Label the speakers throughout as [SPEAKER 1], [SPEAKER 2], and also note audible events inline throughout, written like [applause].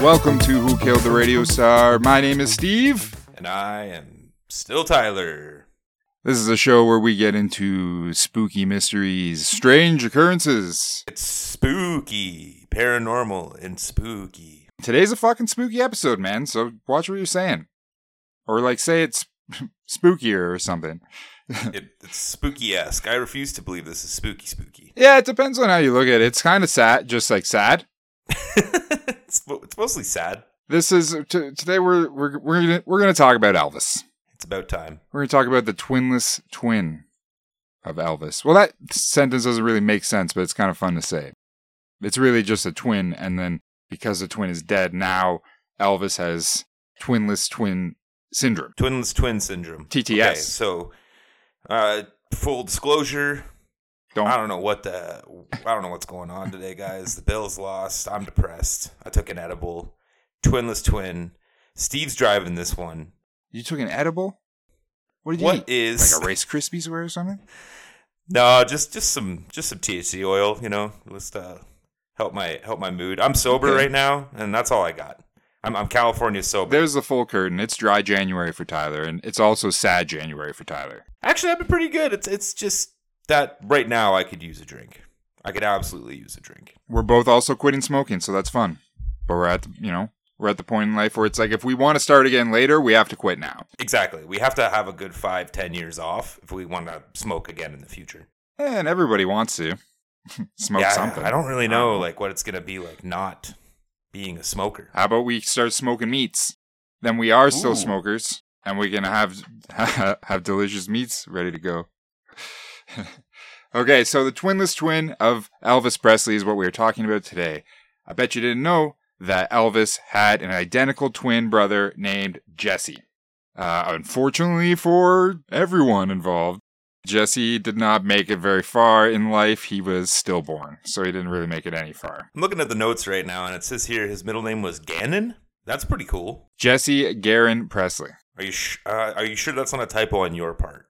[SPEAKER 1] Welcome to Who Killed the Radio Star. My name is Steve.
[SPEAKER 2] And I am still Tyler.
[SPEAKER 1] This is a show where we get into spooky mysteries, strange occurrences.
[SPEAKER 2] It's spooky, paranormal, and spooky.
[SPEAKER 1] Today's a fucking spooky episode, man, so watch what you're saying. Or, like, say it's [laughs] spookier or something.
[SPEAKER 2] It, it's spooky esque. I refuse to believe this is spooky, spooky. [laughs]
[SPEAKER 1] Yeah, it depends on how you look at it. It's kind of sad, just like sad.
[SPEAKER 2] it's, mo- it's mostly sad.
[SPEAKER 1] This is t- today we're we're we're gonna, we're going to talk about Elvis.
[SPEAKER 2] It's about time.
[SPEAKER 1] We're going to talk about the twinless twin of Elvis. Well, that sentence doesn't really make sense, but it's kind of fun to say. It's really just a twin, and then because the twin is dead, now Elvis has twinless twin syndrome.
[SPEAKER 2] Twinless twin syndrome.
[SPEAKER 1] TTS.
[SPEAKER 2] Okay, so, uh, full disclosure.
[SPEAKER 1] Don't-
[SPEAKER 2] I don't know what the I don't know what's going on today, guys. The Bills lost. I'm depressed. I took an edible. Twinless twin. Steve's driving this one.
[SPEAKER 1] You took an edible? What did you
[SPEAKER 2] What
[SPEAKER 1] eat?
[SPEAKER 2] is
[SPEAKER 1] Like a Rice Krispies or something?
[SPEAKER 2] No, just just some just some THC oil, you know, just uh, help my help my mood. I'm sober
[SPEAKER 1] Okay.
[SPEAKER 2] right now, and that's all I got. I'm I'm California sober.
[SPEAKER 1] There's the full curtain. It's dry January for Tyler, and it's also sad January for Tyler.
[SPEAKER 2] Actually, I've been pretty good. It's it's just that right now I could use a drink. I could absolutely use a drink.
[SPEAKER 1] We're both also quitting smoking, so that's fun. But we're at the, you know we're at the point in life where it's like if we want to start again later, we have to quit now.
[SPEAKER 2] Exactly. We have to have a good five, ten years off if we want to smoke again in the future.
[SPEAKER 1] And everybody wants to [laughs] smoke
[SPEAKER 2] yeah,
[SPEAKER 1] something.
[SPEAKER 2] I don't really know like what it's gonna be like not being a smoker.
[SPEAKER 1] How about we start smoking meats? Then we are still
[SPEAKER 2] Ooh.
[SPEAKER 1] smokers, and we can have [laughs] have delicious meats ready to go. [laughs] okay, so the twinless twin of Elvis Presley is what we are talking about today. I bet you didn't know that Elvis had an identical twin brother named Jesse. Uh, unfortunately for everyone involved, Jesse did not make it very far in life. He was stillborn, so he didn't really make it any far.
[SPEAKER 2] I'm looking at the notes right now, and it says here his middle name was Gannon. That's pretty cool.
[SPEAKER 1] Jesse Garin Presley.
[SPEAKER 2] Are you sh- uh, are you sure that's not a typo on your part?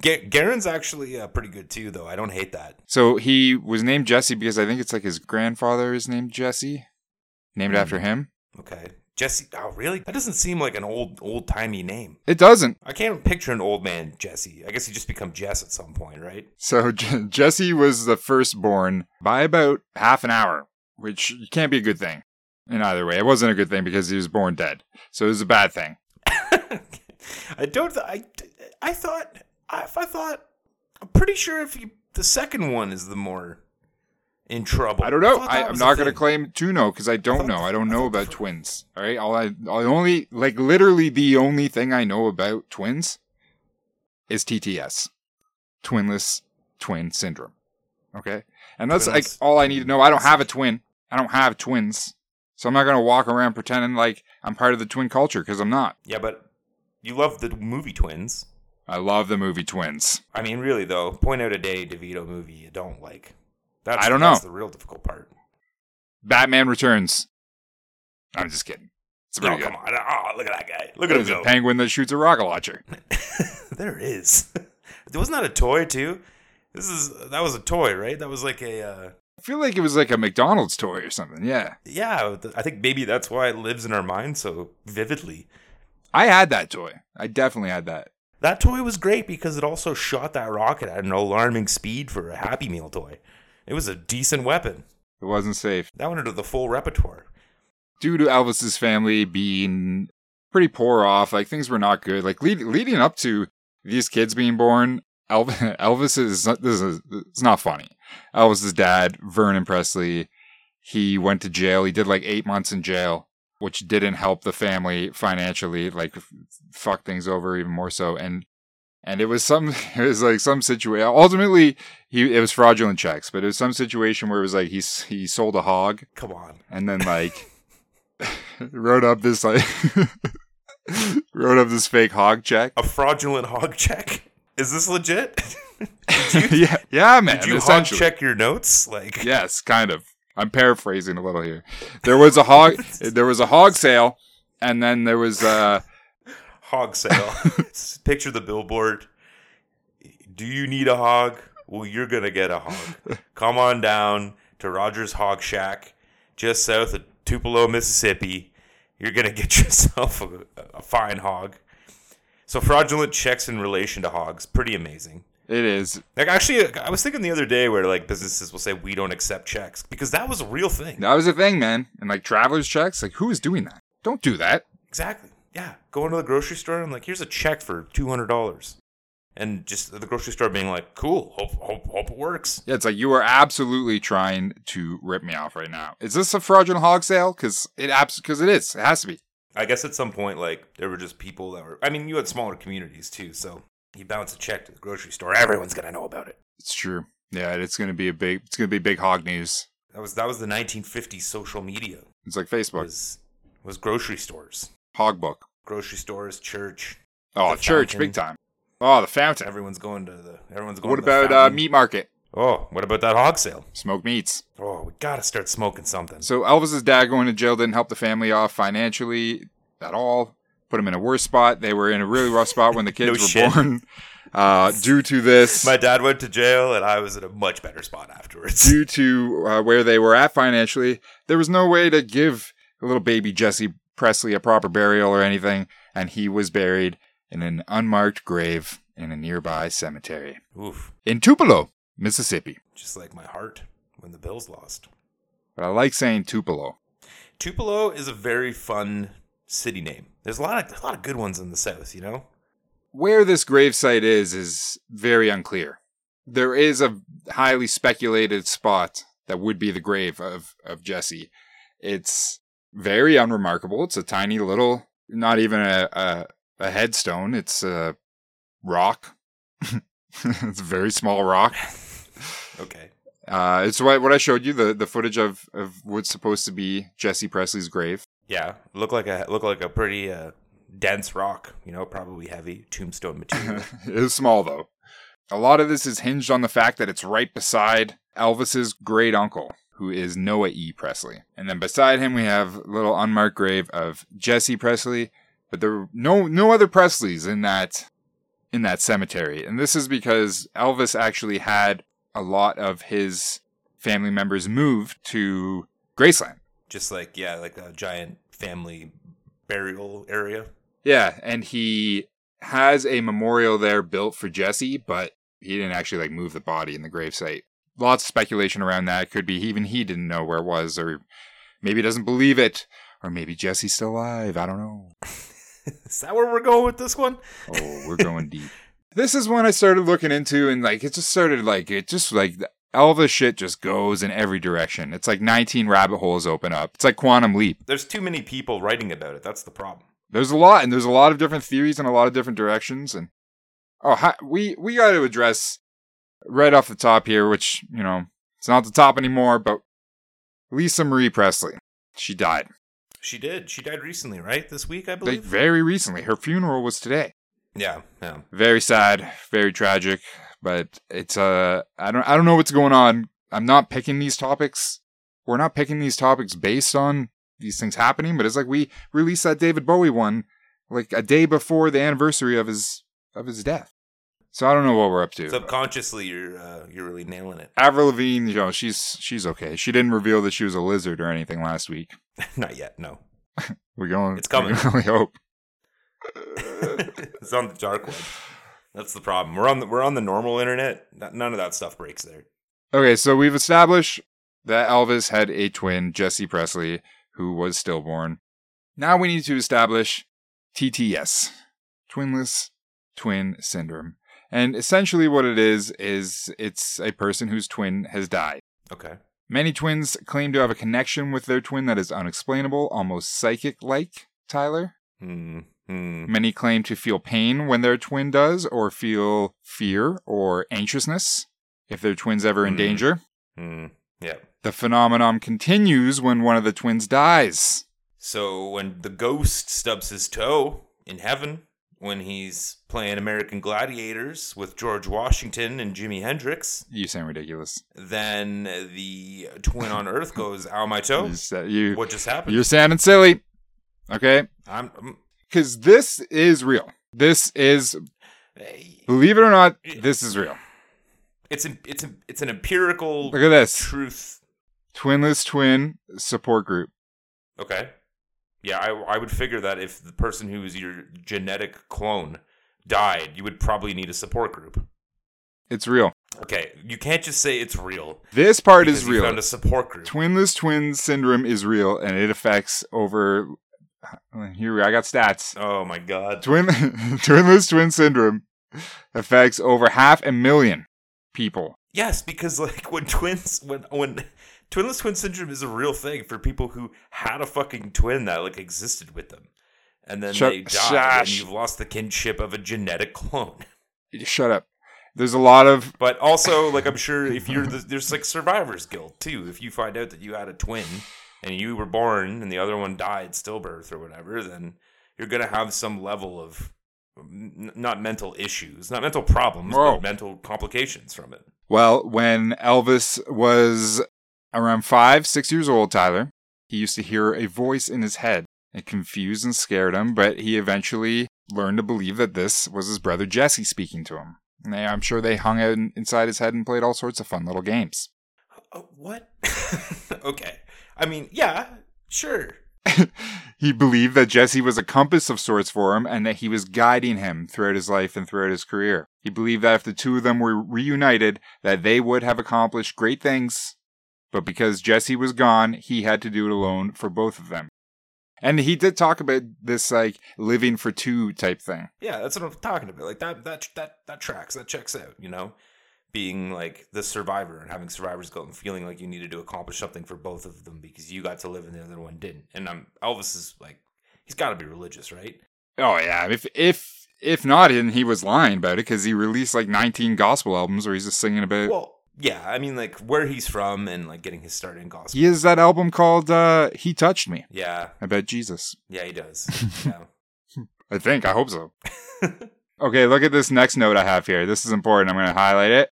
[SPEAKER 2] Ga- Garen's actually uh, pretty good too, though. I don't hate that.
[SPEAKER 1] So he was named Jesse because I think it's like his grandfather is named Jesse, named
[SPEAKER 2] Hmm.
[SPEAKER 1] after him.
[SPEAKER 2] Okay, Jesse. Oh, really? That doesn't seem like an old old timey name.
[SPEAKER 1] It doesn't.
[SPEAKER 2] I can't picture an old man Jesse. I guess he just become Jess at some point, right?
[SPEAKER 1] So [laughs] J- Jesse was the firstborn by about half an hour, which can't be a good thing. In either way, it wasn't a good thing because he was born dead. So it was a bad thing.
[SPEAKER 2] I don't. Th- I I thought I, I thought I'm pretty sure if you the second one is the more in trouble.
[SPEAKER 1] I don't know.
[SPEAKER 2] thought
[SPEAKER 1] I,
[SPEAKER 2] that
[SPEAKER 1] I'm
[SPEAKER 2] was a
[SPEAKER 1] not going to
[SPEAKER 2] thing.
[SPEAKER 1] claim to know because I don't
[SPEAKER 2] thought
[SPEAKER 1] know.
[SPEAKER 2] the-
[SPEAKER 1] I don't
[SPEAKER 2] I
[SPEAKER 1] know
[SPEAKER 2] thought
[SPEAKER 1] about
[SPEAKER 2] the fir-
[SPEAKER 1] twins. All right. All I, I only like literally the only thing I know about twins is TTS, twinless twin syndrome. Okay, and that's like
[SPEAKER 2] Twinless
[SPEAKER 1] all I need to know. I don't
[SPEAKER 2] twin
[SPEAKER 1] have a twin. I don't have twins, so I'm not going to walk around pretending like I'm part of the twin culture because I'm not.
[SPEAKER 2] Yeah, but you love the movie Twins.
[SPEAKER 1] I love the movie Twins.
[SPEAKER 2] I mean, really though, point out a Danny DeVito movie you don't like. That's,
[SPEAKER 1] I don't
[SPEAKER 2] that's
[SPEAKER 1] know.
[SPEAKER 2] the real difficult part.
[SPEAKER 1] Batman Returns. I'm just kidding. It's
[SPEAKER 2] Oh,
[SPEAKER 1] pretty good.
[SPEAKER 2] come on! Oh, look at that guy! Look at him
[SPEAKER 1] There's a
[SPEAKER 2] go!
[SPEAKER 1] penguin that shoots a rocket launcher.
[SPEAKER 2] [laughs] there it is. Wasn't that a toy too? This is that was a toy, right? That was like a uh,
[SPEAKER 1] I feel like it was like a McDonald's toy or something. Yeah.
[SPEAKER 2] yeah. th- I think maybe that's why it lives in our mind so vividly.
[SPEAKER 1] I had that toy. I definitely had that.
[SPEAKER 2] That toy was great because it also shot that rocket at an alarming speed for a Happy Meal toy. It was a decent weapon.
[SPEAKER 1] It wasn't safe.
[SPEAKER 2] That went into the full repertoire.
[SPEAKER 1] Due to Elvis's family being pretty poor off, like things were not good. Like lead, leading up to these kids being born, Elvis, [laughs] Elvis is this is it's not funny. Elvis's dad, Vernon Presley, he went to jail. He did like 8 months in jail, which didn't help the family financially, like f- fuck things over even more so and and it was some [laughs] it was like some situation ultimately he it was fraudulent checks but it was some situation where it was like he s- he sold a hog
[SPEAKER 2] Come on.
[SPEAKER 1] and then like wrote up this like [laughs] wrote up this fake hog check.
[SPEAKER 2] a fraudulent hog check? Is this legit? [laughs]
[SPEAKER 1] [laughs] yeah, yeah, man.
[SPEAKER 2] Did you hog
[SPEAKER 1] essentially.
[SPEAKER 2] check your notes? Like,
[SPEAKER 1] Yes, kind of. I'm paraphrasing a little here. There was [laughs] a hog. there was a hog sale, and then there was uh
[SPEAKER 2] [laughs] hog sale. Picture the billboard. Do you need a hog? Well, you're going to get a hog. Come on down to Rogers Hog Shack, just south of Tupelo, Mississippi, you're going to get [laughs] yourself a, a fine hog. So fraudulent checks in relation to hogs, pretty amazing.
[SPEAKER 1] It is.
[SPEAKER 2] Like actually, I was thinking the other day where like businesses will say we don't accept checks because that was a real thing.
[SPEAKER 1] That was a thing, man. And like travelers checks, like who is doing that? Don't do that.
[SPEAKER 2] Exactly. Yeah. Going to the grocery store and like, here's a check for two hundred dollars, and just the grocery store being like, cool. Hope hope hope it works.
[SPEAKER 1] Yeah, it's like you are absolutely trying to rip me off right now. Is this a fraudulent hog sale? Because it abs because it is. It has to be.
[SPEAKER 2] I guess at some point like there were just people that were. I mean, you had smaller communities too, so you bounce a check to the grocery store, everyone's gonna know about it.
[SPEAKER 1] It's true. Yeah, it's gonna be a big. It's gonna be big hog news.
[SPEAKER 2] That was that was the 1950s social media.
[SPEAKER 1] It's like Facebook,
[SPEAKER 2] Was was grocery stores,
[SPEAKER 1] hog book.
[SPEAKER 2] grocery stores, church.
[SPEAKER 1] Oh,
[SPEAKER 2] The
[SPEAKER 1] church,
[SPEAKER 2] fountain.
[SPEAKER 1] big time. Oh, the fountain.
[SPEAKER 2] Everyone's going to the. Everyone's going.
[SPEAKER 1] What
[SPEAKER 2] to the
[SPEAKER 1] about uh,
[SPEAKER 2] fountain.
[SPEAKER 1] meat market?
[SPEAKER 2] Oh, what about that hog sale?
[SPEAKER 1] Smoked meats.
[SPEAKER 2] Oh, we gotta start smoking something.
[SPEAKER 1] So Elvis's dad going to jail didn't help the family off financially at all. Put him in a worse spot. They were in a really rough spot
[SPEAKER 2] [laughs]
[SPEAKER 1] when the kids
[SPEAKER 2] No
[SPEAKER 1] were
[SPEAKER 2] shit.
[SPEAKER 1] born.
[SPEAKER 2] [laughs]
[SPEAKER 1] Uh, due to this,
[SPEAKER 2] My dad went to jail, and I was in a much better spot afterwards.
[SPEAKER 1] [laughs] due to uh, where they were at financially, there was no way to give little baby Jesse Presley a proper burial or anything, and he was buried in an unmarked grave in a nearby cemetery
[SPEAKER 2] Oof,
[SPEAKER 1] in Tupelo, Mississippi.
[SPEAKER 2] just like my heart when the Bills lost.
[SPEAKER 1] But I like saying Tupelo.
[SPEAKER 2] Tupelo is a very fun city name. There's a lot of a lot of good ones in the South, you know. [laughs]
[SPEAKER 1] Where this gravesite is is very unclear. There is a highly speculated spot that would be the grave of, of Jesse. It's very unremarkable. It's a tiny little, not even a, a, a headstone. It's a rock. [laughs] it's a very small rock.
[SPEAKER 2] Okay.
[SPEAKER 1] Uh, it's what, what I showed you the, the footage of, of what's supposed to be Jesse Presley's grave.
[SPEAKER 2] Yeah, look like a look like a pretty uh, dense rock. You know, probably heavy tombstone material.
[SPEAKER 1] [laughs] it is small though. A lot of this is hinged on the fact that it's right beside Elvis's great uncle, who is Noah E. Presley. And then beside him we have a little unmarked grave of Jesse Presley, but there were no no other Presleys in that in that cemetery. And this is because Elvis actually had a lot of his family members moved to Graceland.
[SPEAKER 2] just like yeah, like a giant family burial area. [laughs]
[SPEAKER 1] Yeah, and he has a memorial there built for Jesse, but he didn't actually like move the body in the gravesite. Lots of speculation around that. Could be even he didn't know where it was, or maybe he doesn't believe it, or maybe Jesse's still alive. I don't know.
[SPEAKER 2] Is that where we're going with this one?
[SPEAKER 1] Oh, we're going deep. This is one I started looking into, and like it just started like it just like all the shit just goes in every direction. It's like 19 rabbit holes open up. It's like quantum leap.
[SPEAKER 2] There's too many people writing about it. That's the problem.
[SPEAKER 1] there's a lot and there's a lot of different theories and a lot of different directions and oh hi, we we got to address right off the top here which you know it's not the top anymore but lisa marie presley she died
[SPEAKER 2] She did. She died recently, right? This week, I
[SPEAKER 1] like
[SPEAKER 2] believe.
[SPEAKER 1] very recently her funeral was today
[SPEAKER 2] yeah, yeah.
[SPEAKER 1] very sad very tragic but it's uh i don't i don't know what's going on i'm not picking these topics we're not picking these topics based on these things happening but it's like we released that david bowie one like a day before the anniversary of his of his death so i don't know what we're up to
[SPEAKER 2] Subconsciously, you're uh, you're really nailing it. [laughs]
[SPEAKER 1] avril lavigne you know she's she's okay she didn't reveal that she was a lizard or anything last week
[SPEAKER 2] Not yet. No, [laughs]
[SPEAKER 1] we're going
[SPEAKER 2] It's coming.
[SPEAKER 1] [laughs] we can only hope
[SPEAKER 2] it's on the dark web. That's the problem. We're on the we're on the normal internet. N- None of that stuff breaks there.
[SPEAKER 1] Okay, so we've established that Elvis had a twin, Jesse Presley, who was stillborn. Now we need to establish TTS, twinless twin syndrome. And essentially what it is is it's a person whose twin has died.
[SPEAKER 2] Okay.
[SPEAKER 1] Many twins claim to have a connection with their twin that is unexplainable, almost psychic like, Tyler.
[SPEAKER 2] Hmm. Hmm.
[SPEAKER 1] Many claim to feel pain when their twin does or feel fear or anxiousness if their twin's ever in
[SPEAKER 2] Hmm.
[SPEAKER 1] danger.
[SPEAKER 2] Hmm. Yeah.
[SPEAKER 1] The phenomenon continues when one of the twins dies.
[SPEAKER 2] So when the ghost stubs his toe in heaven, when he's playing American Gladiators with George Washington and Jimi Hendrix,
[SPEAKER 1] You sound ridiculous.
[SPEAKER 2] then the twin
[SPEAKER 1] [laughs]
[SPEAKER 2] on Earth goes, "Ow, my toe!
[SPEAKER 1] You, sa- you,
[SPEAKER 2] What just happened?"
[SPEAKER 1] you're sounding silly. Okay?
[SPEAKER 2] I'm, I'm
[SPEAKER 1] Because this is real. This is,
[SPEAKER 2] hey,
[SPEAKER 1] believe it or not, this is real.
[SPEAKER 2] it's an, it's an, it's an empirical
[SPEAKER 1] Look at this.
[SPEAKER 2] truth.
[SPEAKER 1] Twinless twin support group.
[SPEAKER 2] Okay. Yeah, I, I would figure that if the person who is your genetic clone died, you would probably need a support group.
[SPEAKER 1] It's real.
[SPEAKER 2] Okay, you can't just say it's real.
[SPEAKER 1] This part
[SPEAKER 2] because
[SPEAKER 1] is
[SPEAKER 2] you
[SPEAKER 1] real.
[SPEAKER 2] Found a support group.
[SPEAKER 1] Twinless twin syndrome is real, and it affects over. Here we I got stats.
[SPEAKER 2] Oh my god.
[SPEAKER 1] Twin [laughs] twinless twin syndrome affects over half a million people.
[SPEAKER 2] Yes, because like when twins, when when twinless twin syndrome is a real thing for people who had a fucking twin that like existed with them, and then
[SPEAKER 1] Shut-
[SPEAKER 2] they died,
[SPEAKER 1] shush.
[SPEAKER 2] and you've lost the kinship of a genetic clone.
[SPEAKER 1] Shut up. There's a lot of
[SPEAKER 2] But also, like I'm sure if you're the, there's like survivor's guilt too. If you find out that you had a twin and you were born and the other one died stillbirth or whatever, then you're gonna have some level of n- not mental issues, not mental problems,
[SPEAKER 1] Whoa.
[SPEAKER 2] but mental complications from it.
[SPEAKER 1] well, when Elvis was around five, six years old, Tyler, he used to hear a voice in his head. It confused and scared him, but he eventually learned to believe that this was his brother Jesse speaking to him. And they, I'm sure they hung out in- inside his head and played all sorts of fun little games.
[SPEAKER 2] Uh, what? [laughs] okay. I mean, yeah, sure.
[SPEAKER 1] he believed that Jesse was a compass of sorts for him and that he was guiding him throughout his life and throughout his career. He believed that if the two of them were reunited, that they would have accomplished great things. But because Jesse was gone, he had to do it alone for both of them. And he did talk about this like living for two type thing.
[SPEAKER 2] Yeah, that's what I'm talking about. Like that, that, that, that tracks. That checks out. You know, being like the survivor and having survivor's guilt and feeling like you needed to accomplish something for both of them because you got to live and the other one didn't. And um, Elvis is like, he's got to be religious, right?
[SPEAKER 1] Oh yeah, if if if not, then he was lying about it because he released like 19 gospel albums where he's just singing about
[SPEAKER 2] Well, yeah. I mean, like where he's from and like getting his start in gospel.
[SPEAKER 1] He has that album called uh, "He Touched Me"
[SPEAKER 2] Yeah,
[SPEAKER 1] about Jesus.
[SPEAKER 2] yeah, he does. yeah.
[SPEAKER 1] I think. I hope
[SPEAKER 2] [laughs]
[SPEAKER 1] so. okay, look at this next note I have here. This is important. I'm going to highlight it.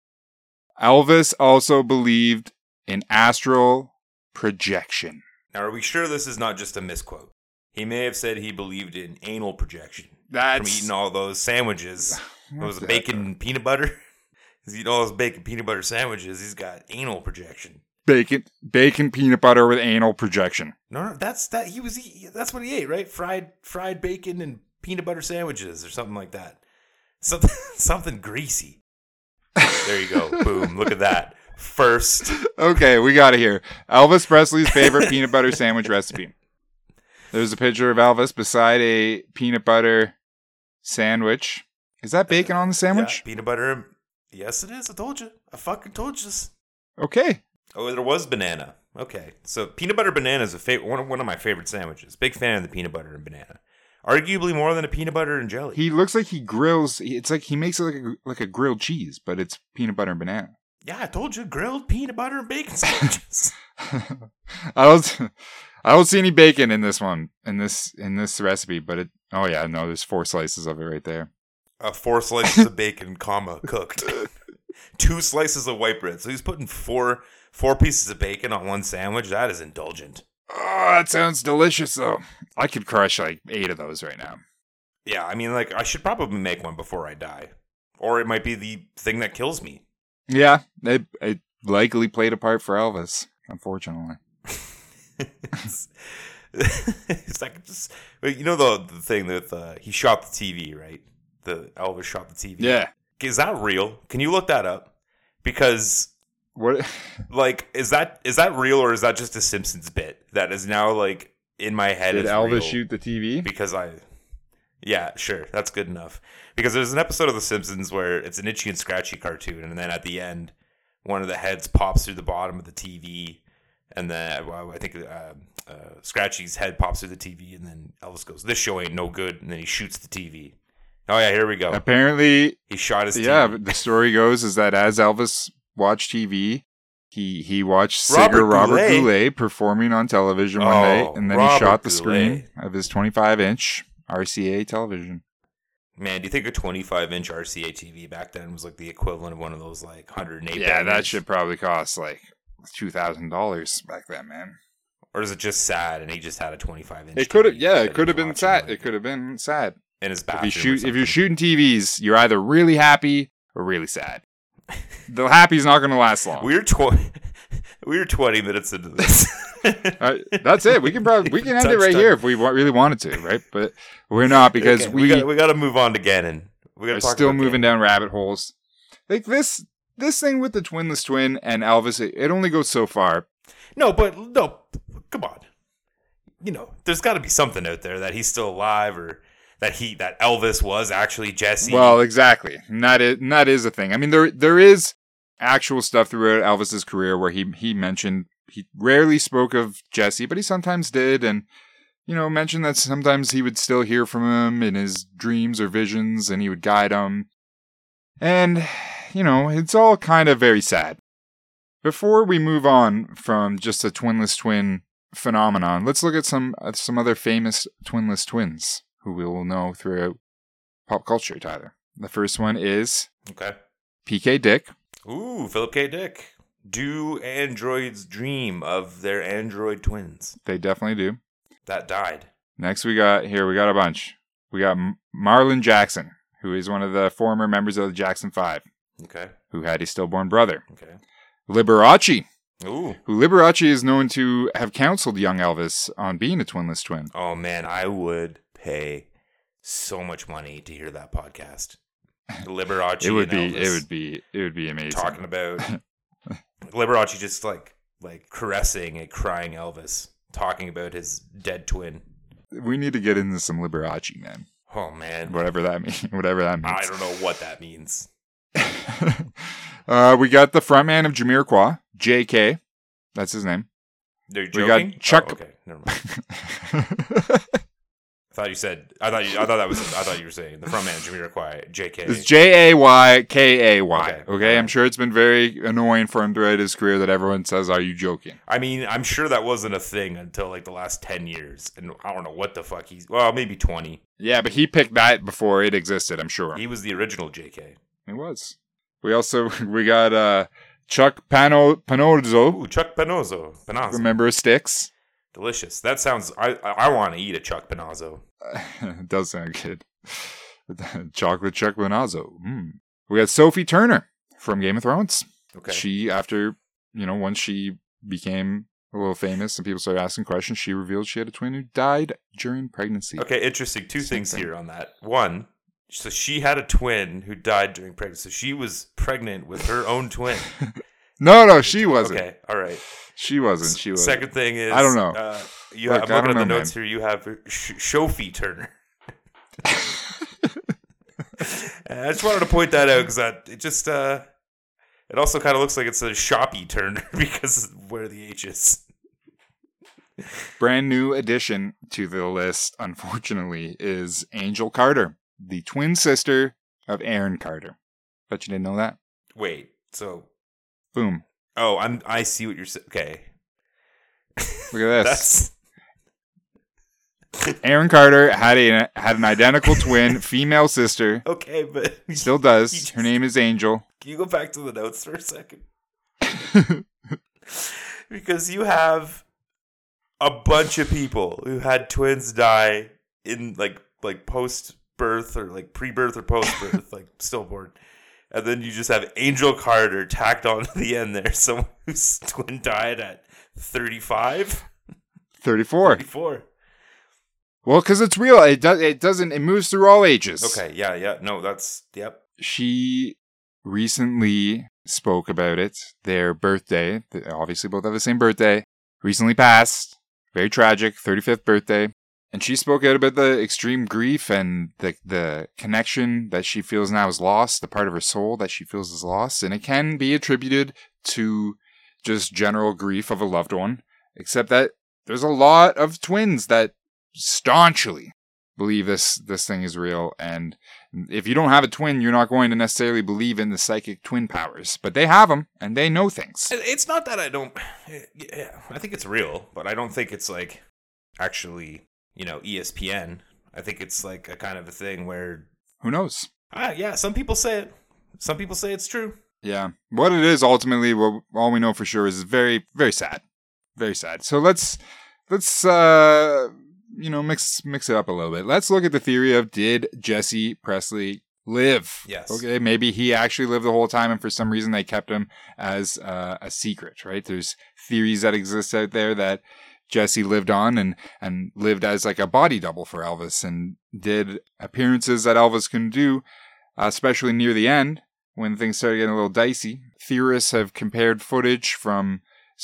[SPEAKER 1] Elvis also believed in astral projection.
[SPEAKER 2] Now, are we sure this is not just a misquote? He may have said he believed in anal projection. from
[SPEAKER 1] That's
[SPEAKER 2] eating all those sandwiches. It was bacon and peanut butter. [laughs] He's eating all those bacon peanut butter sandwiches. He's got anal projection.
[SPEAKER 1] bacon, bacon peanut butter with anal projection.
[SPEAKER 2] No, no, that's that he was. eat- That's what he ate, right? Fried fried bacon and peanut butter sandwiches or something like that. Something [laughs] something greasy. There you go. Boom. Look at that. First,
[SPEAKER 1] Okay, we got it here. Elvis Presley's
[SPEAKER 2] [laughs]
[SPEAKER 1] favorite peanut butter sandwich recipe. There's a picture of Elvis beside a peanut butter sandwich. Is that bacon on the
[SPEAKER 2] Yeah,
[SPEAKER 1] sandwich?
[SPEAKER 2] peanut butter. Yes, it is. I told you. I fucking told you.
[SPEAKER 1] Okay.
[SPEAKER 2] Oh, there was banana. Okay, so peanut butter banana is a fa- one, of- one of my favorite sandwiches. Big fan of the peanut butter and banana. Arguably more than a peanut butter and jelly.
[SPEAKER 1] He looks like he grills. It's like he makes it like a like a grilled cheese, but it's peanut butter and banana. [laughs]
[SPEAKER 2] yeah, I told you, grilled peanut butter and [laughs] bacon sandwiches.
[SPEAKER 1] I don't I don't see any bacon in this one in this in this recipe, but it oh yeah no there's four slices of it right there.
[SPEAKER 2] uh, four slices of bacon, comma [laughs] cooked. Two slices of white bread. So he's putting four four pieces of bacon on one sandwich. That is indulgent.
[SPEAKER 1] Oh, that sounds delicious though. I could crush like eight of those right now.
[SPEAKER 2] Yeah, I mean, like I should probably make one before I die, or it might be the thing that kills me. [laughs]
[SPEAKER 1] Yeah, it it likely played a part for Elvis, unfortunately.
[SPEAKER 2] it's, it's like just you know the the thing that uh, he shot the TV, right? The Elvis shot the TV.
[SPEAKER 1] Yeah.
[SPEAKER 2] is that real? Can you look that up? Because
[SPEAKER 1] What?
[SPEAKER 2] like, is that is that real or is that just a Simpsons bit that is now like in my head?
[SPEAKER 1] Did
[SPEAKER 2] as
[SPEAKER 1] Elvis
[SPEAKER 2] real?
[SPEAKER 1] shoot the TV?
[SPEAKER 2] Because I. Yeah, sure. That's good enough. Because there's an episode of The Simpsons where it's an itchy and scratchy cartoon, and then at the end, one of the heads pops through the bottom of the TV, and then well, I think uh, uh, Scratchy's head pops through the TV, and then Elvis goes, "This show ain't no good," and then he shoots the TV. Oh yeah, here we go.
[SPEAKER 1] Apparently,
[SPEAKER 2] He shot his
[SPEAKER 1] yeah.
[SPEAKER 2] TV.
[SPEAKER 1] But the story goes is that as Elvis watched TV, he he watched singer
[SPEAKER 2] Robert
[SPEAKER 1] Robert Goulet,
[SPEAKER 2] Goulet.
[SPEAKER 1] performing on television one
[SPEAKER 2] Oh,
[SPEAKER 1] night, and then he
[SPEAKER 2] Robert
[SPEAKER 1] shot the
[SPEAKER 2] Goulet.
[SPEAKER 1] screen of his 25 inch RCA television.
[SPEAKER 2] Man, do you think a 25 inch RCA TV back then was like the equivalent of one of those like 108?
[SPEAKER 1] Yeah, that
[SPEAKER 2] bangers?
[SPEAKER 1] should probably cost like two thousand dollars back then, man.
[SPEAKER 2] Or is it just sad and he just had a 25 inch?
[SPEAKER 1] It could have,
[SPEAKER 2] TV
[SPEAKER 1] yeah,
[SPEAKER 2] that he
[SPEAKER 1] it could have
[SPEAKER 2] was
[SPEAKER 1] been
[SPEAKER 2] watching,
[SPEAKER 1] sad.
[SPEAKER 2] like,
[SPEAKER 1] It could have been sad.
[SPEAKER 2] in his
[SPEAKER 1] if
[SPEAKER 2] bathroom.
[SPEAKER 1] you shoot
[SPEAKER 2] or
[SPEAKER 1] if you're shooting
[SPEAKER 2] something.
[SPEAKER 1] TVs, you're either really happy or really sad. the happy's not going to last long.
[SPEAKER 2] we're tw- [laughs] we were 20 minutes into this.
[SPEAKER 1] Uh, that's it. We can probably we
[SPEAKER 2] [laughs]
[SPEAKER 1] can end it right
[SPEAKER 2] Touchdown.
[SPEAKER 1] here if we wa- really wanted to, right? But we're not [laughs] because
[SPEAKER 2] Okay,
[SPEAKER 1] we,
[SPEAKER 2] we gotta, we got to move on to Gannon. We
[SPEAKER 1] are
[SPEAKER 2] got
[SPEAKER 1] still moving down rabbit holes. Like this this thing with the twinless twin and Elvis, it, it only goes so far.
[SPEAKER 2] No, but no, come on. You know, there's got to be something out there that he's still alive or that he that Elvis was actually Jesse.
[SPEAKER 1] Well, exactly. And that is and that is a thing. I mean, there there is actual stuff throughout Elvis's career where he he mentioned he rarely spoke of Jesse, but he sometimes did, and you know mentioned that sometimes he would still hear from him in his dreams or visions, and he would guide him. And you know, it's all kind of very sad. Before we move on from just a twinless twin phenomenon, let's look at some uh, some other famous twinless twins who we will know throughout pop culture, Tyler. The first one is
[SPEAKER 2] okay.
[SPEAKER 1] PK Dick.
[SPEAKER 2] Ooh, Philip K. Dick. Do androids dream of their android twins
[SPEAKER 1] They definitely do.
[SPEAKER 2] that died?
[SPEAKER 1] Next, we got here. We got a bunch. We got M- Marlon Jackson, who is one of the former members of the Jackson Five,
[SPEAKER 2] Okay.
[SPEAKER 1] who had a stillborn brother.
[SPEAKER 2] Okay.
[SPEAKER 1] Liberace,
[SPEAKER 2] Ooh.
[SPEAKER 1] who Liberace is known to have counseled young Elvis on being a twinless twin.
[SPEAKER 2] Oh man, I would pay so much money to hear that podcast.
[SPEAKER 1] [laughs]
[SPEAKER 2] Liberace.
[SPEAKER 1] it would be.
[SPEAKER 2] and
[SPEAKER 1] It
[SPEAKER 2] Elvis.
[SPEAKER 1] would be. It would be amazing. [laughs]
[SPEAKER 2] talking about Liberace just like like caressing a crying Elvis, talking about his dead twin.
[SPEAKER 1] We need to get into some Liberace, man.
[SPEAKER 2] Oh man,
[SPEAKER 1] Whatever that means. [laughs] Whatever that
[SPEAKER 2] I
[SPEAKER 1] means.
[SPEAKER 2] don't know what that means.
[SPEAKER 1] [laughs] uh, we got the frontman of Jamiroquai, J.K. That's his name.
[SPEAKER 2] Are you
[SPEAKER 1] We got
[SPEAKER 2] joking?
[SPEAKER 1] Chuck-
[SPEAKER 2] Oh, okay, never mind. I thought you said. I thought you. I thought that was. I thought you were saying the front man, Jamiroquai, J.K.
[SPEAKER 1] It's J A Y K A Y.
[SPEAKER 2] Okay.
[SPEAKER 1] Okay, I'm sure it's been very annoying for him throughout his career that everyone says, "Are you joking?"
[SPEAKER 2] I mean, I'm sure that wasn't a thing until like the last ten years, and I don't know what the fuck he's. Well, maybe twenty.
[SPEAKER 1] Yeah, but he picked that before it existed. I'm sure
[SPEAKER 2] He was the original J.K.
[SPEAKER 1] it was. We also [laughs] we got uh, Chuck Pano Panozzo,
[SPEAKER 2] Ooh, Chuck Panozzo. Panozzo.
[SPEAKER 1] remember Sticks? [laughs]
[SPEAKER 2] Delicious. That sounds. I. I want to eat a Chuck Panozzo.
[SPEAKER 1] it does sound good. [laughs] Chocolate Chuck Panozzo. Mm. We got Sophie Turner from Game of Thrones.
[SPEAKER 2] Okay.
[SPEAKER 1] She after you know once she became a little famous and people started asking questions, she revealed she had a twin who died during pregnancy.
[SPEAKER 2] Okay, interesting. Two
[SPEAKER 1] Same
[SPEAKER 2] things
[SPEAKER 1] thing.
[SPEAKER 2] here on that. One, so she had a twin who died during pregnancy. So she was pregnant with her own twin.
[SPEAKER 1] No, no, [laughs] she wasn't.
[SPEAKER 2] Okay, all right.
[SPEAKER 1] She wasn't. She was.
[SPEAKER 2] Second thing is,
[SPEAKER 1] I don't know.
[SPEAKER 2] Uh, you
[SPEAKER 1] Look,
[SPEAKER 2] have,
[SPEAKER 1] I
[SPEAKER 2] I'm looking
[SPEAKER 1] don't
[SPEAKER 2] at the
[SPEAKER 1] know,
[SPEAKER 2] notes here. You have uh, Sh- Shofi
[SPEAKER 1] [laughs]
[SPEAKER 2] Turner. And I just wanted to point that out because that it just uh, it also kind of looks like it's a Shoppy Turner [laughs] because of where the H is.
[SPEAKER 1] Brand new addition to the list, unfortunately, is Angel Carter, the twin sister of Aaron Carter. Bet you didn't know that.
[SPEAKER 2] Wait, so
[SPEAKER 1] Boom.
[SPEAKER 2] oh, I'm I see what you're saying. Okay,
[SPEAKER 1] Look at this.
[SPEAKER 2] that's [laughs]
[SPEAKER 1] Aaron Carter had a had an identical twin female
[SPEAKER 2] [laughs]
[SPEAKER 1] sister.
[SPEAKER 2] okay, but
[SPEAKER 1] Still
[SPEAKER 2] You
[SPEAKER 1] does.
[SPEAKER 2] just-
[SPEAKER 1] Her name is Angel. [laughs]
[SPEAKER 2] Can you go back to the notes for a second? because you have a bunch of people who had twins die in like like post birth or like pre birth or post birth, like stillborn. And then you just have Angel Carter tacked on to the end there, [laughs] someone whose twin died at 35,
[SPEAKER 1] 34.
[SPEAKER 2] 34.
[SPEAKER 1] Well, because it's real. It does. It doesn't. It moves through all ages.
[SPEAKER 2] Okay, yeah, yeah. No, that's, yep.
[SPEAKER 1] She recently spoke about it. Their birthday. they obviously, both have the same birthday. Recently passed. Very tragic. Thirty fifth birthday. And she spoke out about the extreme grief and the the connection that she feels now is lost. The part of her soul that she feels is lost, and it can be attributed to just general grief of a loved one. Except that there's a lot of twins that staunchly believe this this thing is real and if you don't have a twin you're not going to necessarily believe in the psychic twin powers but they have them and they know things
[SPEAKER 2] It- It's not that I don't. Yeah, I think it's real, but I don't think it's like actually, you know, E ESPN. I think it's like a kind of a thing where,
[SPEAKER 1] who knows
[SPEAKER 2] ah, yeah, some people say it. Some people say it's true.
[SPEAKER 1] yeah what it is ultimately what all we know for sure is very very sad very sad so let's let's uh you know mix mix it up a little bit let's look at the theory of did jesse presley live.
[SPEAKER 2] Yes.
[SPEAKER 1] Okay. Maybe he actually lived the whole time, and for some reason they kept him as uh, a secret. Right? There's theories that exist out there that Jesse lived on and and lived as like a body double for Elvis and did appearances that Elvis couldn't do, uh, especially near the end when things started getting a little dicey. Theorists have compared footage from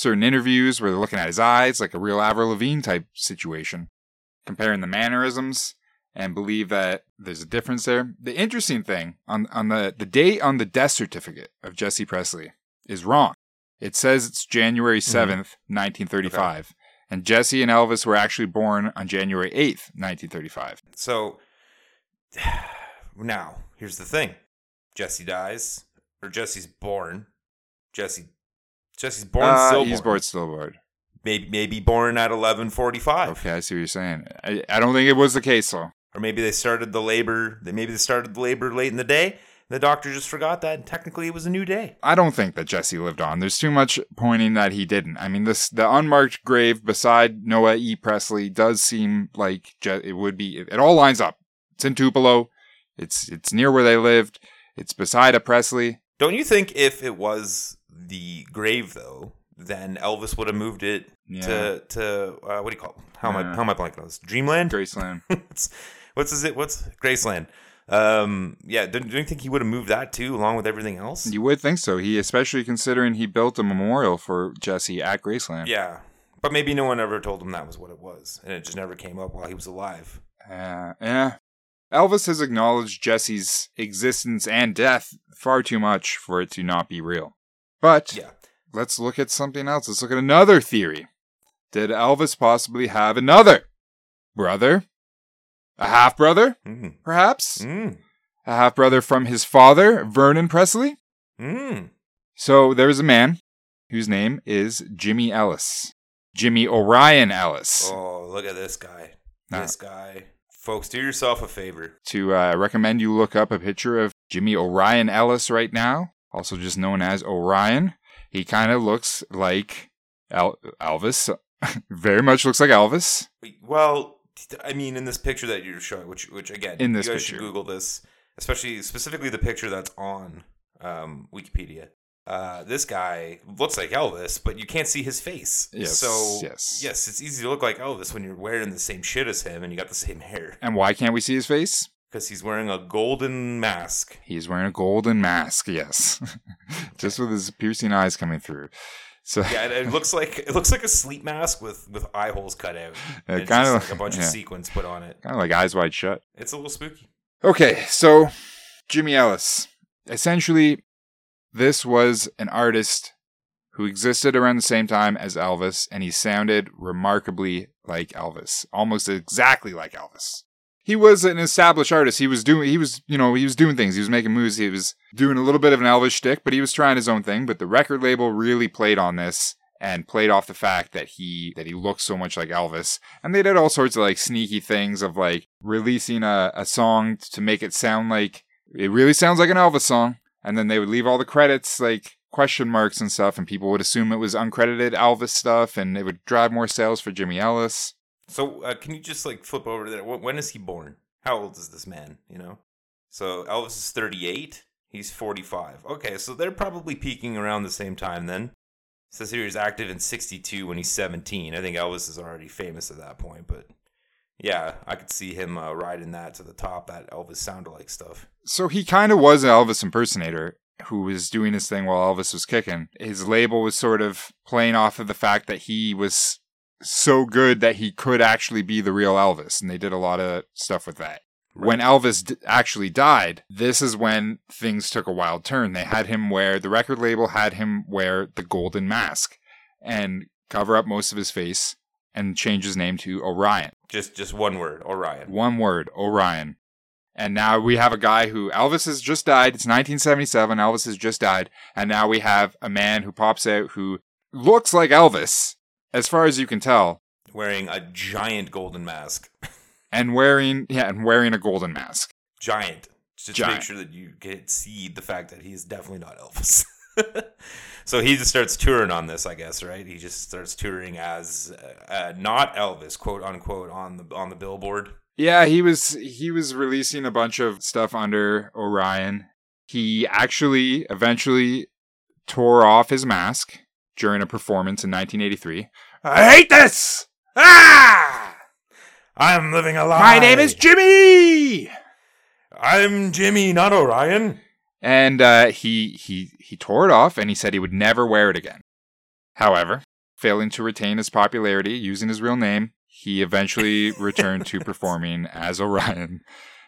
[SPEAKER 1] certain interviews where they're looking at his eyes, like a real Avril Lavigne type situation, comparing the mannerisms and believe that there's a difference there. The interesting thing on on the the date on the death certificate of Jesse Presley is wrong. It says it's January 7th, 1935, and Jesse and Elvis were actually born on January 8th, 1935.
[SPEAKER 2] So [sighs] now here's the thing: Jesse dies, or Jesse's born. Jesse, Jesse's born
[SPEAKER 1] Uh,
[SPEAKER 2] stillborn.
[SPEAKER 1] he's born stillborn.
[SPEAKER 2] Maybe maybe born at eleven forty five,
[SPEAKER 1] Okay, I see what you're saying. I, I don't think it was the case though.
[SPEAKER 2] or maybe they started the labor. They maybe they started the labor late in the day. The doctor just forgot that, and technically it was a new day.
[SPEAKER 1] I don't think that Jesse lived on. There's too much pointing that he didn't. I mean, this the unmarked grave beside Noah E. Presley does seem like Je- it would be. It, it all lines up. It's in Tupelo. It's it's near where they lived. It's beside a Presley.
[SPEAKER 2] Don't you think if it was the grave though, then Elvis would have moved it
[SPEAKER 1] Yeah,
[SPEAKER 2] to to uh, what do you call? It? How am I
[SPEAKER 1] Yeah.
[SPEAKER 2] how am I blanking on this? Dreamland.
[SPEAKER 1] Graceland.
[SPEAKER 2] what's what's is it? What's Graceland? Um, yeah, don't, don't you think he would have moved that too, along with everything else?
[SPEAKER 1] you would think so. He, especially considering he built a memorial for Jesse at Graceland.
[SPEAKER 2] yeah, but maybe no one ever told him that was what it was, and it just never came up while he was alive.
[SPEAKER 1] Yeah, yeah. Uh, eh. Elvis has acknowledged Jesse's existence and death far too much for it to not be real. But
[SPEAKER 2] Yeah,
[SPEAKER 1] let's look at something else. Let's look at another theory. Did Elvis possibly have another brother? A half brother,
[SPEAKER 2] mm,
[SPEAKER 1] perhaps?
[SPEAKER 2] mm,
[SPEAKER 1] A half brother from his father, Vernon Presley?
[SPEAKER 2] mm.
[SPEAKER 1] So there is a man whose name is Jimmy Ellis. Jimmy Orion Ellis.
[SPEAKER 2] Oh, look at this guy!
[SPEAKER 1] Nah.
[SPEAKER 2] This guy, folks, do yourself a favor.
[SPEAKER 1] to uh, recommend you look up a picture of Jimmy Orion Ellis right now, also just known as Orion. He kind of looks like El- Elvis, [laughs] very much looks like Elvis.
[SPEAKER 2] Well, I mean, in this picture that you're showing, which which again,
[SPEAKER 1] In this
[SPEAKER 2] you guys should
[SPEAKER 1] picture.
[SPEAKER 2] Google this, especially specifically the picture that's on um, Wikipedia. Uh, this guy looks like Elvis, but you can't see his face.
[SPEAKER 1] Yes,
[SPEAKER 2] So
[SPEAKER 1] yes.
[SPEAKER 2] yes, it's easy to look like Elvis when you're wearing the same shit as him and you got the
[SPEAKER 1] [laughs]
[SPEAKER 2] same hair
[SPEAKER 1] And why can't we see his face?
[SPEAKER 2] because he's wearing a golden mask.
[SPEAKER 1] He's wearing a golden mask, yes, [laughs] just with his piercing eyes coming through. So uh,
[SPEAKER 2] Yeah, it, it looks like it looks like a sleep mask with with eye holes
[SPEAKER 1] [laughs]
[SPEAKER 2] cut out. And it's
[SPEAKER 1] kinda-
[SPEAKER 2] just like a bunch
[SPEAKER 1] [laughs]
[SPEAKER 2] of
[SPEAKER 1] yeah.
[SPEAKER 2] sequins put on it.
[SPEAKER 1] kind of like eyes wide shut.
[SPEAKER 2] It's a little spooky.
[SPEAKER 1] Okay, so Jimmy Ellis. Essentially, this was an artist who existed around the same time as Elvis, and he sounded remarkably like Elvis, almost exactly like Elvis. He was an established artist. He was doing, he was, you know, he was doing things. He was making moves. He was doing a little bit of an Elvis shtick, but he was trying his own thing. But the record label really played on this and played off the fact that he that he looked so much like Elvis. And they did all sorts of like sneaky things of like releasing a, a song to make it sound like it really sounds like an Elvis song. And then they would leave all the credits like question marks and stuff, and people would assume it was uncredited Elvis stuff, and it would drive more sales for Jimmy Ellis.
[SPEAKER 2] So uh, can you just like flip over there? Wh- When is he born? How old is this man? You know. So Elvis is thirty-eight. He's forty-five. Okay, so they're probably peaking around the same time then. It says here he was active in sixty-two when he's seventeen. I think Elvis is already famous at that point, but yeah, I could see him uh, riding that to the top. That Elvis sounded like stuff.
[SPEAKER 1] So he kind of was an Elvis impersonator who was doing his thing while Elvis was kicking. His label was sort of playing off of the fact that he was so good that he could actually be the real Elvis, and they did a lot of stuff with that. When Elvis d- actually died, this is when things took a wild turn. They had him wear the record label had him wear the golden mask and cover up most of his face and change his name to Orion
[SPEAKER 2] Just just one word, Orion.
[SPEAKER 1] one word, Orion. And now we have a guy who Elvis has just died. It's 1977. Elvis has just died. And now we have a man who pops out who looks like Elvis, as far as you can tell,
[SPEAKER 2] Wearing a giant golden mask.
[SPEAKER 1] and wearing, yeah, and wearing a golden mask.
[SPEAKER 2] giant. Just to make
[SPEAKER 1] Giant.
[SPEAKER 2] sure that you can see the fact that he is definitely not Elvis. [laughs] so he just starts touring on this, I guess, right? He just starts touring as uh, uh, not Elvis, quote unquote, on the on the billboard.
[SPEAKER 1] Yeah, he was he was releasing a bunch of stuff under Orion. He actually eventually tore off his mask during a performance in 1983. I hate this. Ah!
[SPEAKER 2] I'm living a lie.
[SPEAKER 1] My name is Jimmy.
[SPEAKER 2] I'm Jimmy, not Orion.
[SPEAKER 1] And uh, he he he tore it off, and he said he would never wear it again. However, failing to retain his popularity using his real name, he eventually returned [laughs] to performing as Orion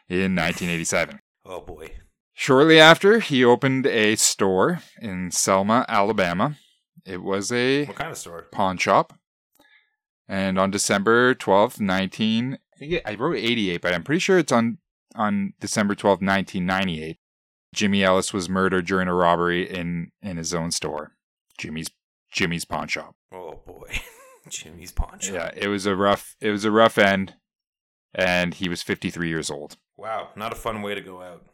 [SPEAKER 1] in 1987.
[SPEAKER 2] Oh boy.
[SPEAKER 1] Shortly after, he opened a store in Selma, Alabama. It was a
[SPEAKER 2] What kind of store?
[SPEAKER 1] pawn shop. And on December 12th, 19 I think it- I wrote 88, but I'm pretty sure it's on on December 12th, 1998. Jimmy Ellis was murdered during a robbery in in his own store. Jimmy's Jimmy's pawn shop.
[SPEAKER 2] Oh boy. [laughs] Jimmy's pawn shop.
[SPEAKER 1] Yeah, it was a rough it was a rough end and he was 53 years old.
[SPEAKER 2] Wow, not a fun way to go out.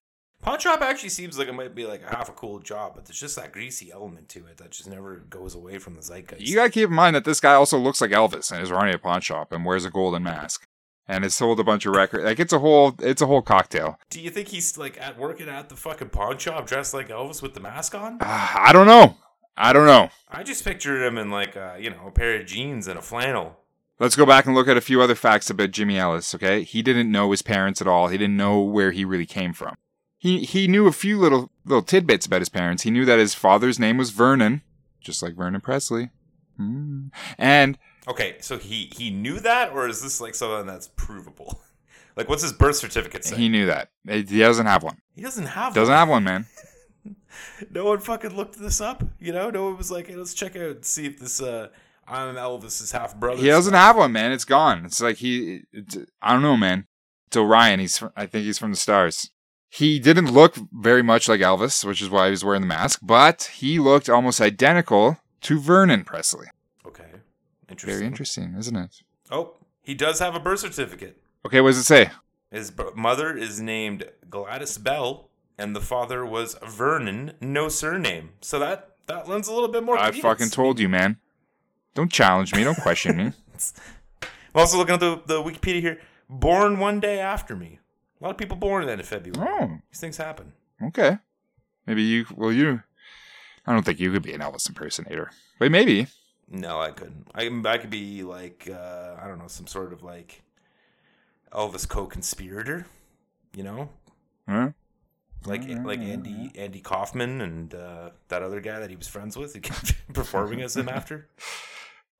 [SPEAKER 2] Pawn shop actually seems like it might be like a half a cool job, but there's just that greasy element to it that just never goes away from the zeitgeist.
[SPEAKER 1] You got to keep in mind that this guy also looks like Elvis and is running a pawn shop and wears a golden mask and has sold a bunch of records. Like it's a whole it's a whole cocktail.
[SPEAKER 2] Do you think he's like at working at the fucking pawn shop dressed like Elvis with the mask on?
[SPEAKER 1] Uh, I don't know. I don't know.
[SPEAKER 2] I just pictured him in like uh, you know a pair of jeans and a flannel.
[SPEAKER 1] Let's go back and look at a few other facts about Jimmy Ellis, okay? He didn't know his parents at all. He didn't know where he really came from. He he knew a few little little tidbits about his parents. He knew that his father's name was Vernon, just like Vernon Presley. Mm. And
[SPEAKER 2] Okay, so he he knew that, or is this like something that's provable? [laughs] Like, what's his birth certificate say?
[SPEAKER 1] he knew that. He doesn't have one.
[SPEAKER 2] He doesn't have.
[SPEAKER 1] Doesn't have one, man.
[SPEAKER 2] No one fucking looked this up. You know, no one was like, hey, let's check out see if this uh I'm Elvis's half brother.
[SPEAKER 1] He doesn't have one, man. It's gone. It's like he. It's, I don't know, man. It's Orion. He's. fr- I think he's from the stars. He didn't look very much like Elvis, which is why he was wearing the mask. But he looked almost identical to Vernon Presley.
[SPEAKER 2] Okay, interesting.
[SPEAKER 1] Very interesting, isn't it?
[SPEAKER 2] Oh, he does have a birth certificate.
[SPEAKER 1] Okay, what does it say?
[SPEAKER 2] His b- mother is named Gladys Bell, and the father was Vernon, no surname. So that that lends a little bit more.
[SPEAKER 1] I
[SPEAKER 2] credence.
[SPEAKER 1] fucking told you, man. Don't challenge me. Don't question me.
[SPEAKER 2] I'm also looking at the, the Wikipedia here. Born one day after me. A lot of people born then in February.
[SPEAKER 1] Oh,
[SPEAKER 2] These things happen.
[SPEAKER 1] okay. Maybe you. Well, you. I don't think you could be an Elvis impersonator, but maybe.
[SPEAKER 2] No, I couldn't. I I could be like uh, I don't know some sort of like Elvis co-conspirator. You know,
[SPEAKER 1] Huh?
[SPEAKER 2] like like Andy Andy Kaufman and uh, that other guy that he was friends with,
[SPEAKER 1] [laughs]
[SPEAKER 2] who kept performing as him after. [laughs]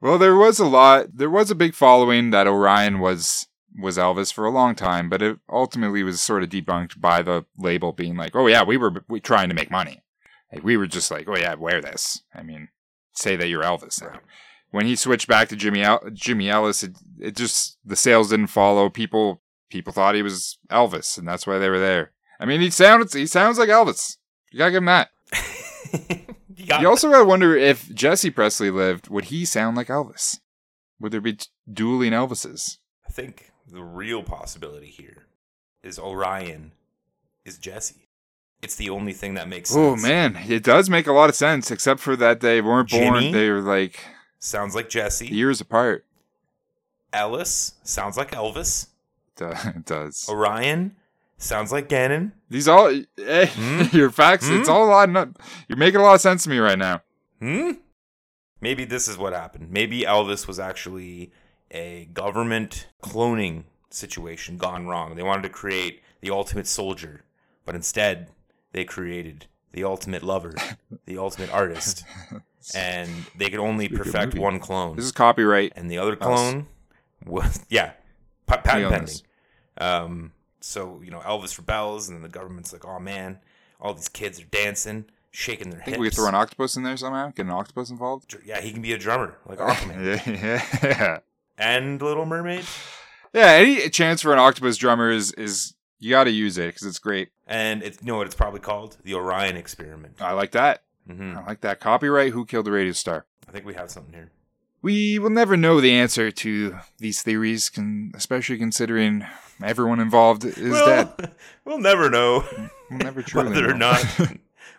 [SPEAKER 1] Well, there was a lot. There was a big following that Orion was was Elvis for a long time, but it ultimately was sort of debunked by the label being like, "Oh yeah, we were we trying to make money. Like, we were just like, oh yeah, wear this. I mean, say that you're Elvis." now.
[SPEAKER 2] Right.
[SPEAKER 1] When he switched back to Jimmy El- Jimmy Ellis, it, it just the sales didn't follow. People people thought he was Elvis, and that's why they were there. I mean, he sounds he sounds like Elvis. You gotta give him that.
[SPEAKER 2] You got
[SPEAKER 1] You also gotta wonder if Jesse Presley lived, would he sound like Elvis? Would there be t- dueling Elvises?
[SPEAKER 2] I think the real possibility here is Orion is Jesse. It's the only thing that makes
[SPEAKER 1] Oh
[SPEAKER 2] sense.
[SPEAKER 1] man, it does make a lot of sense, except for that they weren't born;
[SPEAKER 2] Jimmy?
[SPEAKER 1] they were like
[SPEAKER 2] Sounds like Jesse.
[SPEAKER 1] years apart. [laughs]
[SPEAKER 2] Ellis sounds like Elvis.
[SPEAKER 1] Duh, It does.
[SPEAKER 2] Oh. Orion sounds like Gannon.
[SPEAKER 1] These all eh,
[SPEAKER 2] Hmm?
[SPEAKER 1] [laughs] your facts. It's
[SPEAKER 2] Hmm?
[SPEAKER 1] all a lot. Of, you're making a lot of sense to me right now.
[SPEAKER 2] Hmm? Maybe this is what happened. Maybe Elvis was actually a government cloning situation gone wrong. They wanted to create the ultimate soldier, but instead they created the
[SPEAKER 1] [laughs]
[SPEAKER 2] ultimate lover, the ultimate artist. And they could only
[SPEAKER 1] Make a
[SPEAKER 2] perfect
[SPEAKER 1] movie.
[SPEAKER 2] one clone.
[SPEAKER 1] This is copyright.
[SPEAKER 2] and the other clone was yeah pa-
[SPEAKER 1] We
[SPEAKER 2] patent
[SPEAKER 1] own
[SPEAKER 2] pending
[SPEAKER 1] this.
[SPEAKER 2] um so you know elvis rebels and then the government's like oh man all these kids are dancing shaking their
[SPEAKER 1] I think
[SPEAKER 2] hips
[SPEAKER 1] we could throw an octopus in there somehow. Get an octopus involved.
[SPEAKER 2] Dr- yeah he can be a drummer like
[SPEAKER 1] Oh. [laughs]
[SPEAKER 2] Aquaman.
[SPEAKER 1] yeah.
[SPEAKER 2] and little mermaid
[SPEAKER 1] Yeah. Any chance for an octopus drummer is is you got to use it because it's great.
[SPEAKER 2] and it's you know what it's probably called the orion experiment
[SPEAKER 1] I like that.
[SPEAKER 2] hmm
[SPEAKER 1] I like that. Copyright Who Killed the Radio Star?
[SPEAKER 2] i think we have something here
[SPEAKER 1] We will never know the answer to these theories, con- especially considering everyone involved is
[SPEAKER 2] well,
[SPEAKER 1] dead.
[SPEAKER 2] [laughs] we'll never
[SPEAKER 1] [laughs]
[SPEAKER 2] know
[SPEAKER 1] We'll
[SPEAKER 2] [laughs]
[SPEAKER 1] never truly
[SPEAKER 2] whether
[SPEAKER 1] know.
[SPEAKER 2] or
[SPEAKER 1] [laughs]
[SPEAKER 2] not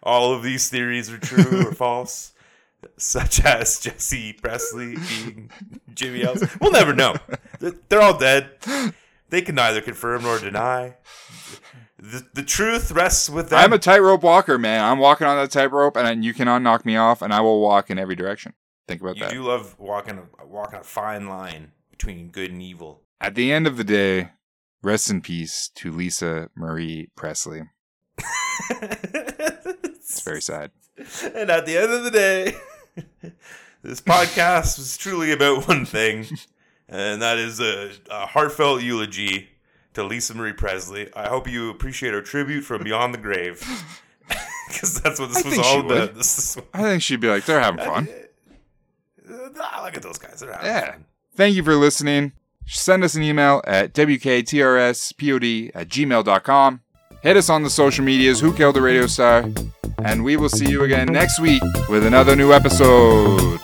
[SPEAKER 2] all of these theories are true or false, such as Jesse Presley being Jimmy Ellis. We'll never know. They're all dead. They can neither confirm nor deny. The, the truth rests with them.
[SPEAKER 1] I'm a tightrope walker, man. I'm walking on that tightrope, and you cannot knock me off, and I will walk in every direction. Think about
[SPEAKER 2] you
[SPEAKER 1] that.
[SPEAKER 2] do love walking a, walking a fine line between good and evil.
[SPEAKER 1] At the end of the day, rest in peace to Lisa Marie Presley. It's very sad.
[SPEAKER 2] [laughs] And at the end of the day, [laughs] this podcast was truly about one thing, and that is a, a heartfelt eulogy to Lisa Marie Presley. I hope you appreciate our tribute from beyond the grave, [laughs] because that's what
[SPEAKER 1] I
[SPEAKER 2] this was
[SPEAKER 1] think
[SPEAKER 2] all
[SPEAKER 1] she would.
[SPEAKER 2] about. This is
[SPEAKER 1] I think she'd be like, they're having
[SPEAKER 2] [laughs]
[SPEAKER 1] fun.
[SPEAKER 2] I Ah, look at those guys. They're having
[SPEAKER 1] Yeah.
[SPEAKER 2] fun.
[SPEAKER 1] Thank you for listening. Send us an email at wktrspod at gmail.com. Hit us on the social medias, Who Killed the Radio Star? And we will see you again next week with another new episode.